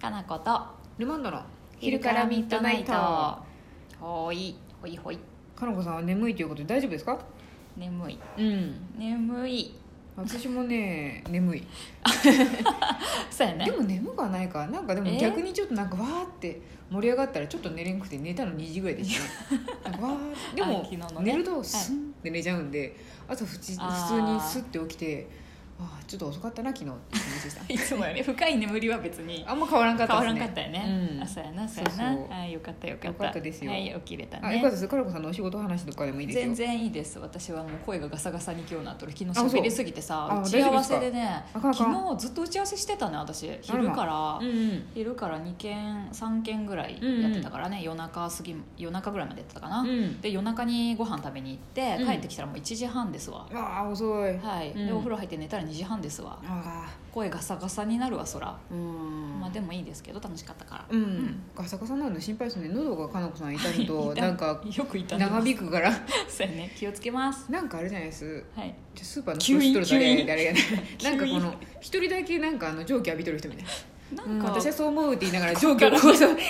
かなことルマンドの昼からミッドナイトかほいほいほいのこさんは眠いということで大丈夫ですか眠いうん眠い私もね眠いそうやねでも眠くはないかなんかでえも逆にちょっとなんかわーって盛り上がったらちょっと寝れんくて寝たの2時ぐらい でしたねなんかわーであも昨日のね寝るとスンって寝ちゃうんで朝普通あー普通にスッて起きてあーちょっと遅かったな昨日って感じでした いつもより深い眠りは別にあんま変わらんかっ変たわでらすんかねったよね、うんあそうやなそうやなそうそうあよかったよかったよかったですよはい起きれたあよかねったですかのこさんのお仕事話とかでもいいですよ全然いいです私はもう声がガサガサに今日なっとる昨日あそう喋りすぎてさあ打ち合わせでねあかんあかん昨日ずっと打ち合わせしてたね私昼からうんうん昼から2件3件ぐらいやってたからね、夜中過ぎ夜中ぐらいまでやってたかな、うんで夜中にご飯食べに行っうてん帰ってきたらもう1時半ですわ、ああ遅いはい、うんでお風呂入って寝たら2時半ですわあ声ガサガサになるわそら、あうんまあでもいいですけど楽しかったからうん、ガサガサなの心配ですね喉がかなこさん痛むと 痛いなんかよくいた長引くからそうやね気をつけますなんかあれじゃないですはいちょスーパーの吸引人知っとる吸引誰誰吸や引ね なんかこの一人だけなんかあの蒸気浴びとる人みたいななんうんか、私はそう思うって言いながら蒸気をこうそうなんか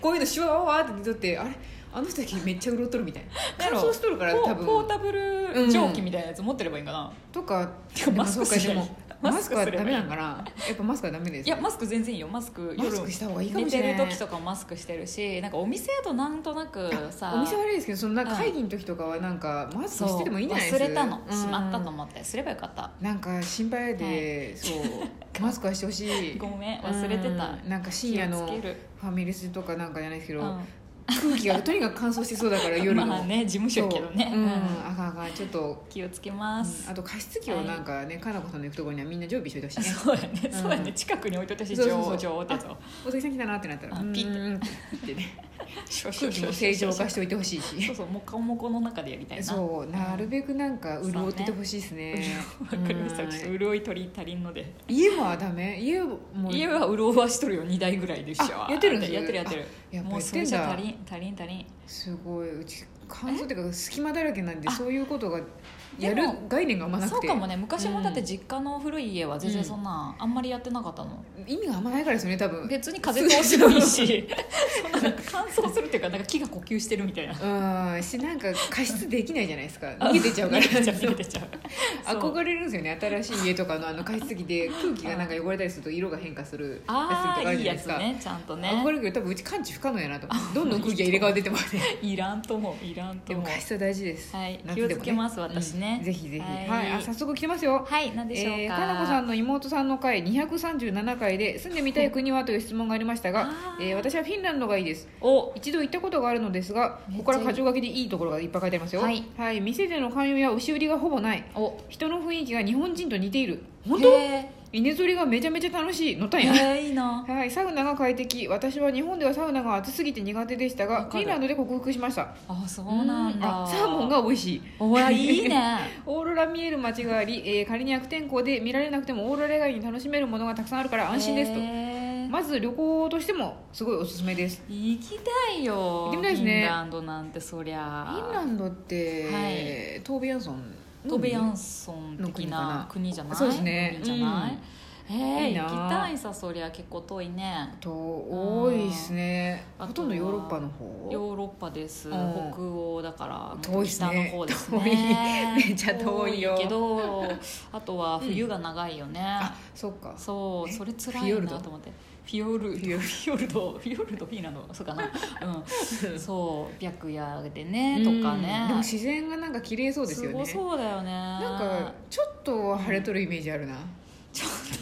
こういうのシュワワワーって出とってあれあの人だけめっちゃ潤っとるみたいな乾燥しとるからポ多ーポー分タブル蒸気みたいなやつ持ってればいいんかな、とかてかでもマスクそうかしないでもマスマクスクはすれダばいいメなんかなやっぱマスクはダメですいやマスク全然いいよマスクマ夜スクした方がいいか寝もしてれるない時とかもマスクしてるしなんかお店やとなんとなくさお店悪いですけどそのなんかうん会議の時とかはなんかマスそうクしててもいいんじゃないです忘れたのうんしまったと思ってすればよかったなんか心配で、 そうマスクはしてほしいごめん忘れてたうんなんか深夜の気をつけフるァミレスとかなんかじゃないですけど、うん空気がとにかく乾燥してそうだから夜 の、まあね事務所やけどねそううん、うんあかんあかんちょっと、気をつけうまんす あと加湿器をなんかね、かなこさんの行くところにはみんな常備しておいてほしいねそうやねんそうやね近くに置いといたしそうそう上そう上ってやつをお月さん来たなってなったらあピッてッてねシュワシュ空ワシュ気もワシュワ正シュ常ワ化しておいてほしいしそうそうもこもこの中でやりたいなそうなるべくなんか潤っててほしいですねわかりましたうんちょっと潤い取り足りんので家はダメ家も家は潤わしとるよ2台ぐらいでしょあやってるんですやってるやってるやっぱもうやっそてれんじゃ足だりん足りん足りんすごいうち乾燥っていうか隙間だらけなんであそういうことがやるでも概念があんまなそくうてかもね昔もだって実家の古い家は全然そんな、あんまりやってなかったの意味があんまないからですよね多分別に風通しもいいし そんななんか乾燥するっていうかなんか木が呼吸してるみたいなうんしなんか加湿できないじゃないですか逃げてちゃうから逃げてちゃう逃げてちゃうそうそう憧れるんですよね新しい家とかのあの加湿器で空気がなんか汚れたりすると色が変化するやつあとあかあるいじいやゃないですつかねちゃんと憧れねるけど多分うち感知不可能やなとどんどん空気が入れ替わってってもらっていらんともいらんとでもも加湿は大事ですはい夏気でをもねつけます私ね、ぜひぜひはいはいあ早速来てますよはいなんでしょうか、えー、かなこさんの妹さんの回237回で住んでみたい国はという質問がありましたがあ、ーえー私はフィンランドがいいですお一度行ったことがあるのですがめっちゃいいここから箇条書きでいいところがいっぱい書いてありますよはい、店での勧誘や押し売りがほぼないお人の雰囲気が日本人と似ている本当へ稲ぞりがめちゃめちゃ楽しいのったーんやへーいいなはい、サウナが快適私は日本ではサウナが暑すぎて苦手でしたわかがるフィンランドで克服しましたあそうなんだあサーモンが美味しいおやいいねオーロラ見える街があり、えー仮に悪天候で見られなくてもオーロラ以外に楽しめるものがたくさんある から安心ですと、へーまず旅行としてもすごいおすすめです行きたいよ行ってみたいですねフィンランドなんてそりフゃィンランドって、はトーベヤンソントベヤンソン的なの国じゃないそうですね国じゃない、えーいいな行きたいさそりゃ結構遠いねと多いですねあとはほとんどヨーロッパの方ヨーロッパです、うん北欧だから遠いっす北ねの方ですね遠いめっ ちゃ遠いよ遠けどあとは冬が長いよね、あそっかそうえそれつらフィいヨルなドと思ってフィヨルフィヨルドフィヨルドフィーランドそうかな、うん、そう白夜でねとかうねんでも自然がなんか綺麗そうですよねごそうだよねなんかちょっと晴れとるイメージあるな、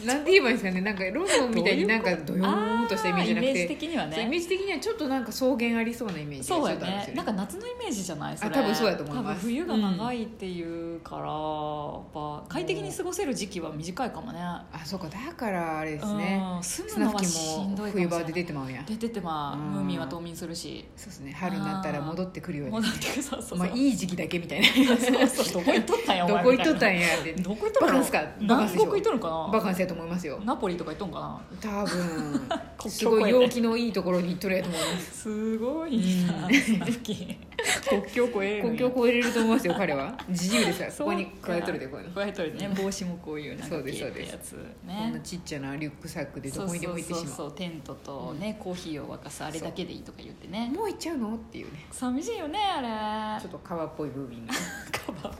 なんて言えばいいんですかねなんかロンドンみたいになんかドヨーンとしたイメージじゃなくあイメージて的にはそうイメねージ的にはちょっとなんか草原ありそうなイメージがそうやちょっとあるんですねよなんか夏のイメージじゃないそれあ多分そうやと思います多分冬が長いっていうから、やっぱ快適に過ごせる時期は短いかもねあそうかだからあれですね、うん、住む砂のは吹しきんどもいかもし冬れ場なでい出てまうんや出ててまあうんムーミンは冬眠するしそうですね春になったら戻ってくるように戻ってくるそうそうそう、まあいい時期だけみたいなそうそうどこ行っとったんやお ど前こ行っみとったたいんやってなどこ行っとるバカのンスかバカン南スでし国ょ行っとるんかなバカンスやと思いますよナポリとか行っとんかな 多分国境越えてすごい陽気のいいところに行っとるやと思いますすごいな、う砂吹き国境越えるんや国境を越えれると思いますよ彼は自由ですからここに加えとるでこういうの加えとるね帽子もこういうなんかそうです消えそうですたやつこんなねちっちゃなリュックサックでどそうこそうにでも行ってそしうまうそうテントとねコーヒーを沸かすあれだけでいいとか言ってねもう行っちゃうのっていうね寂しいよねあちれょっと川っぽいムーミンがカバ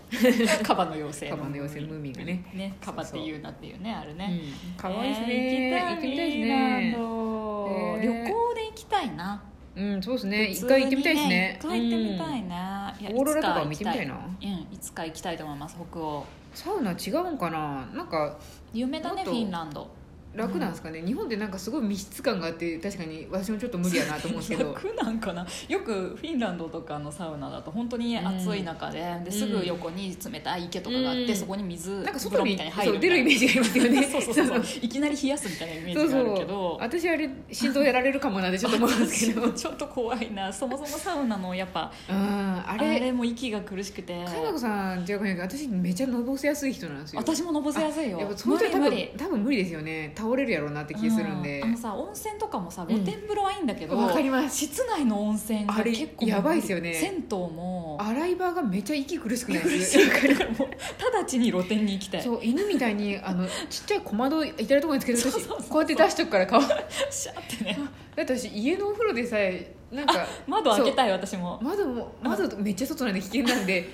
カバの妖精カバの妖精ムーミンがねねカバっていうなっていうねあれね、うん可愛いですね、えー行ってみたいですフィンランねドえー旅行で行きたいなうんそうですね一回行ってみたいですね普通にね一回行ってみたいな、いやうんオーロラとか見てみたいいなつか行きたいうんいつか行きたいと思います北欧サウナ違うんかななんか有名だねもっフとィンランド楽なんですかね、日本でなんかすごい密室感があって確かに私もちょっと無理やなと思うんですけど楽なんかなよくフィンランドとかのサウナだと本当に暑い中で,、ですぐ横に冷たい池とかがあって、うんそこに水 なんか風外呂にみたいに入そるうみた出るイいなメージがありますよね そう そうそういきなり冷やすみたいなイメーそうジがあるそけどう私あれ心臓やられるかもなんでちょっと思うんです けどちょっと怖いなそもそもサウナのやっぱうんああれれも息が苦しくて佳菜子さんじゃなくて私めちゃのぼせやすい人なんですよ私ものぼせやすいよやっぱその人は多無分理多分無理ですよね倒れるやろうなって無気理がするんで、うあのさ温泉とかもさう露ん天風呂はいいんだけど、わかります室内の温泉があれ結構やばいですよね銭湯も洗い場がめちゃ息苦しくない苦でしすいからもう直ちに露天に行きたいそう犬みたい にあのちっちゃい小窓いたるところにつけてそう私そうそうこうやって出しとくから顔だシャーってねって私家のお風呂でさえなんか 窓開けたい私も窓も窓めっちゃ外なんで危険な んで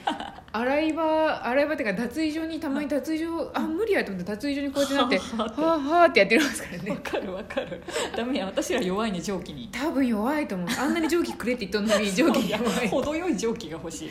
洗い場洗い場っていうか脱衣所にたまに脱衣所あ無理やと思って脱衣所にこうやってなってはあはあってはあはあってやってるんですからわねかるわかるダメや私ら弱いね蒸気に多分弱いと思うあんなに蒸気くれって言っとんの に蒸気いやが弱い程よい蒸気が欲しい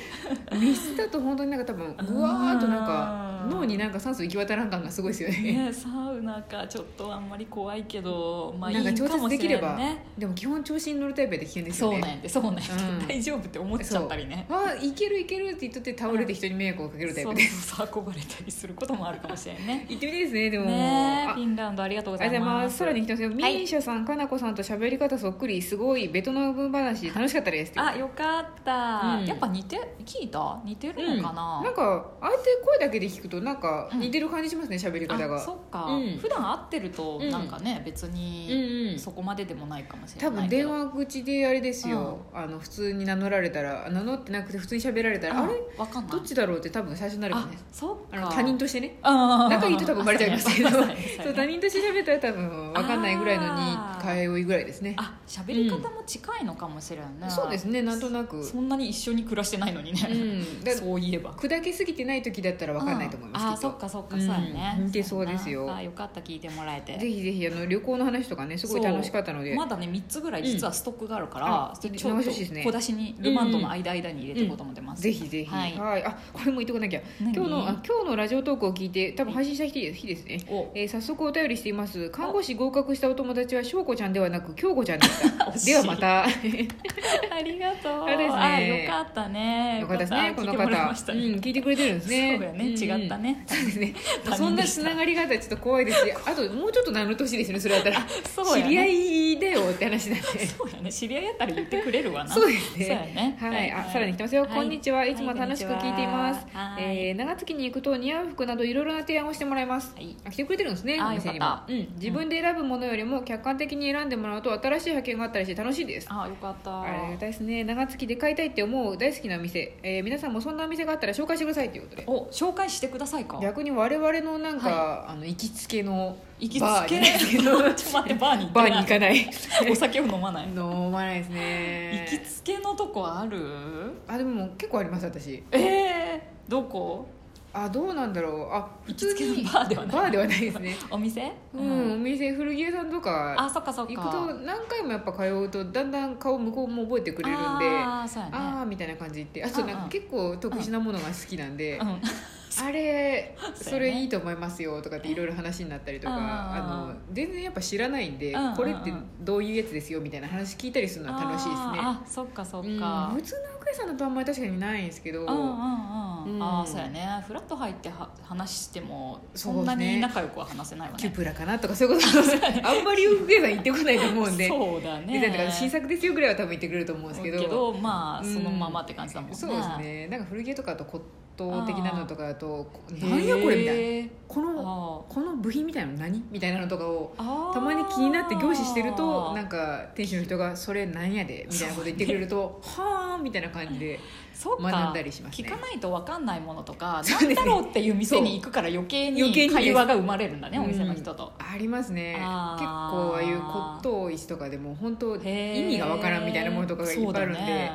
密室だと本当になんか多分ーうわーっとなんか脳になんか酸素行き渡らん感がすごいですよねね、サウナかちょっとあんまり怖いけど、まあ、いなんかい調か節もでしきれれなばいねでも基本調子に乗るタイプやで危険ですそようねなんやでそうなんやで、うん大丈夫って思っちゃったりねあいけるいけるって言っとって倒れて人に迷惑をかそけうるタイそプうでそう運ばれたりすることもあるかもしれんね行ってみたいですねでもねえあフィンランドありがとうござありがいとうございまますすさらに来てますよ、ミーシャさんかなこさんと喋り方そっくりすごいベトナム話楽しかったですってあよかった、うんやっぱ似て聞いた似てうるんのかな、なんかあえて声だけで聞くとなんかうん似てる感じしますね喋り方あがそっか、うん普段会ってるとうんなんかね、別うにんうんそこまででもないかもしれな多い分け電ど話口であれですよ、あの普通に名乗られたら名乗ってなくて普通に喋られたらああれわかんないどっちだろうって多分最初になるかもあねそっあかの他人としてね仲仲いいと多分バレちゃいま すけどそうそうだ他人として喋ったら多分分かんないぐらいのあーに会話ぐらいですねあ喋り方も近いのかもしれない、そうですねなんとなくそんなに一緒に暮らしてないのにね、うんだそういえば砕けすぎてない時だったら分かんないと思います、うんあきーっとそっかそっか、うんそうやね似てそうですよやなあーよかった聞いてもらえてぜひぜひあの旅行の話とかねすごい楽しかったので、まだね3つぐらい実はストックがあるから、うんあそれちょっ流としですね小出しにルマンドの間間に入れていこうと思ってます、ぜひぜひははいいあこれも言っとかなきゃ何今日のあ今日のラジオトークを聞いて多分配信した日日ですねおえー早速お便りしています看護師合格したお友達は翔子ちゃんではなく京子ちゃんでした 惜しい ではまたありがとうあれですねあよかったねよかったですねこの聞いてもらい方ましたうんね、聞いてくれてるんですねそうやね、ん違ったね そうで すね他人でしたそんなつながりがあったらちょっと怖いですしあともうちょっと名乗ってほしいですねそれだったら、そう知やねり合いだよって話なんでそうやね知り合いやったら言ってくれるわな そうですねそうやねはい、あさらに来てますよ、こんにちはいつも楽しく聞いています、はいえー長月に行くと似合う服などいろいろな提案をしてもらいます、はいあ来てくれてるんですねあお店にもよかったうん、自分で選ぶものよりも客観的に選んでもらうと新しい発見があったりして楽しいですあよかったありがたいですね長月で買いたいって思う大好きなお店、えー皆さんもそんなお店があったら紹介してくださいということでお紹介してくださいか逆に我々のなんか、あの行きつけの行きつバーけに ちょっと待ってバーに行バっーてにない行かないお酒を飲まない飲まないですね行きつけのとこあるあでも結構あります私ええどこあどうなんだろうあ普行きつ通けのにバーではないバーではないですね お店うん、お店古着屋さんとあかそっかそっ行かくと何回もやっぱ通うとだんだん顔向こうも覚えてくれるんでああーそうやねあーみたいな感じってあとなんうんうかん結構特殊なものが好きなんで、うんあれそうそやねれいいと思いますよとかっていろいろ話になったりとかうんうんうんあの全然やっぱ知らないんでうんうんうんこれってどういうやつですよみたいな話聞いたりするのは楽しいですねあーあそっかそっうんか普通の服屋さんだとあんまり確かにないんですけどうんうんうん、うんああそうやねフラット入っては話してもそそうですねんなに仲良くは話せないわキュねプラかなとかそうい うことあんまり洋服屋さん行ってこないと思うんでそうだねでなんか新作ですよぐらいは多分言ってくれると思うんですけどけどまあうんそのままって感じだもんね、そうですねなんか古着屋とかだとこト的なのとかだと「なんへやーこれ」みたいな「このあこの部品みたいなの何?」みたいなのとかをあたまに気になって凝視してるとなんかか店主の人が「それなんやで」みたいなこと言ってくれると「はあ」みたいな感じでそうか学んだりします聞ねかないと分かんないものとかそう何ですだねろうっていう店に行くから余計余計にに会話が生まれるんだねうんお店の人と。ありますね結構あーああいう骨董石とかでも本当へ意ー味がわからんみたいなものとかがいっぱいあるんで、そうだね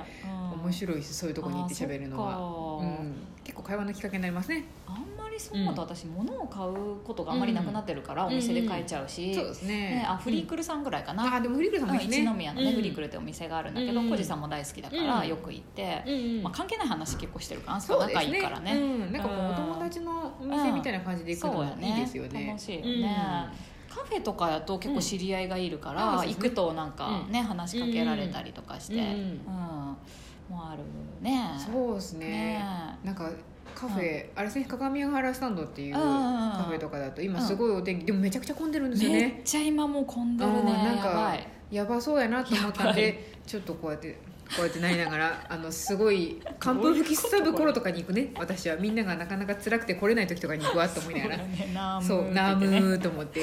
うん面白いですそういうとこに行って喋るのあーは、うそっかん、結構会話のきっかけになりますねあんまりそうだと私、物を買うことがあんまりなくなってるから、うんお店で買えちゃうし、そうですねね、あフリークルさんぐらいかうんな、あーでもフリークルさんうもんいいですね一宮のね、うんフリークルってお店があるんだけどうん小路さんも大好きだからうんよく行って、うんうんまあ、関係ない話結構してるからあんすかそうです仲ねいいからねうん、なんかこうお友達のお店みたいな感じで行くそうやのもいいねですよね楽しいよね、カフェとかだと結構知り合いがいるかうんら、あそうで行すねくとなんかね、話しかけられたりとかして、ううんんもあるねうんそうですねねなんかカフェ、あれですね鏡ヶ原スタンドっていううんうんうんカフェとかだと今すごいお天気、でもめちゃくちゃ混んでるんですよめねっちゃ今もう混んでるうねんなんかやばいやばそうやなと思ったんやばでちょっとこうやってこうやってなりながらあのすごい寒風吹きすさぶ頃とかに行くね私はみんながなかなか辛くて来れない時とかに行くわと思いな がらそそううナームーーと思って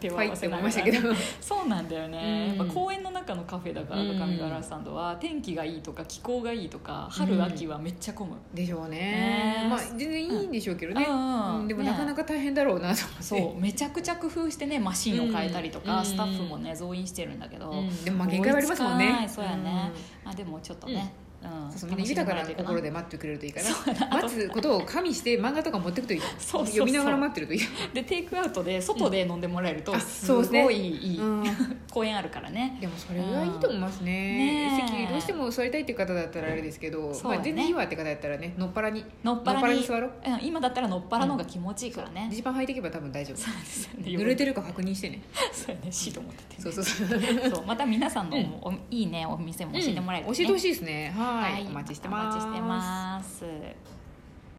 手をファ合イわっせて思ないがまらしたけどそうなんだよね、うんやっぱ公園の中のカフェだからうん上原さんとは天気がいいとか気候がいいとか春うん秋はめっちゃ混む、でしょうねねえまあ全然いいんでしょうけどね、うんうんでもなかなかか大変だろうなと思ってそうめちゃくちゃ工夫してねマシンを変えたりとか、うんスタッフもね増員してるんだけど、うんでもまあ限界はありますもん追いつかなねいそうやねまあ、でもちょっとね、うんうんそうそうみんな豊かな心で楽しんでもらえてるか待ってくれるといいかな待つことを加味して漫画とか持ってくといいそうそうそう読みながら待ってるといいなでテイクアウトで外で飲んでもらえるうんとあすごそうですねいいい、 うん公園あるからねでもそれはいいと思いますね,、うんねえ席どうしても座りたいっていう方だったらあれですけど、そうだまあ、ね全然いいわって方だったらねのっぱらにのっぱのっぱららにに座ろううん、今だったらのっぱらの方が気持ちいいからね、ジーパン履いていけば多分大丈そう夫ですよね濡れてるか確認してねそうやねシート持っててそうそうそう、そうまた皆さんのお、 いいねお店も教えてもらえるとうね、ん教えてほしいですねはい、はいお待ちしてますお待ちしてます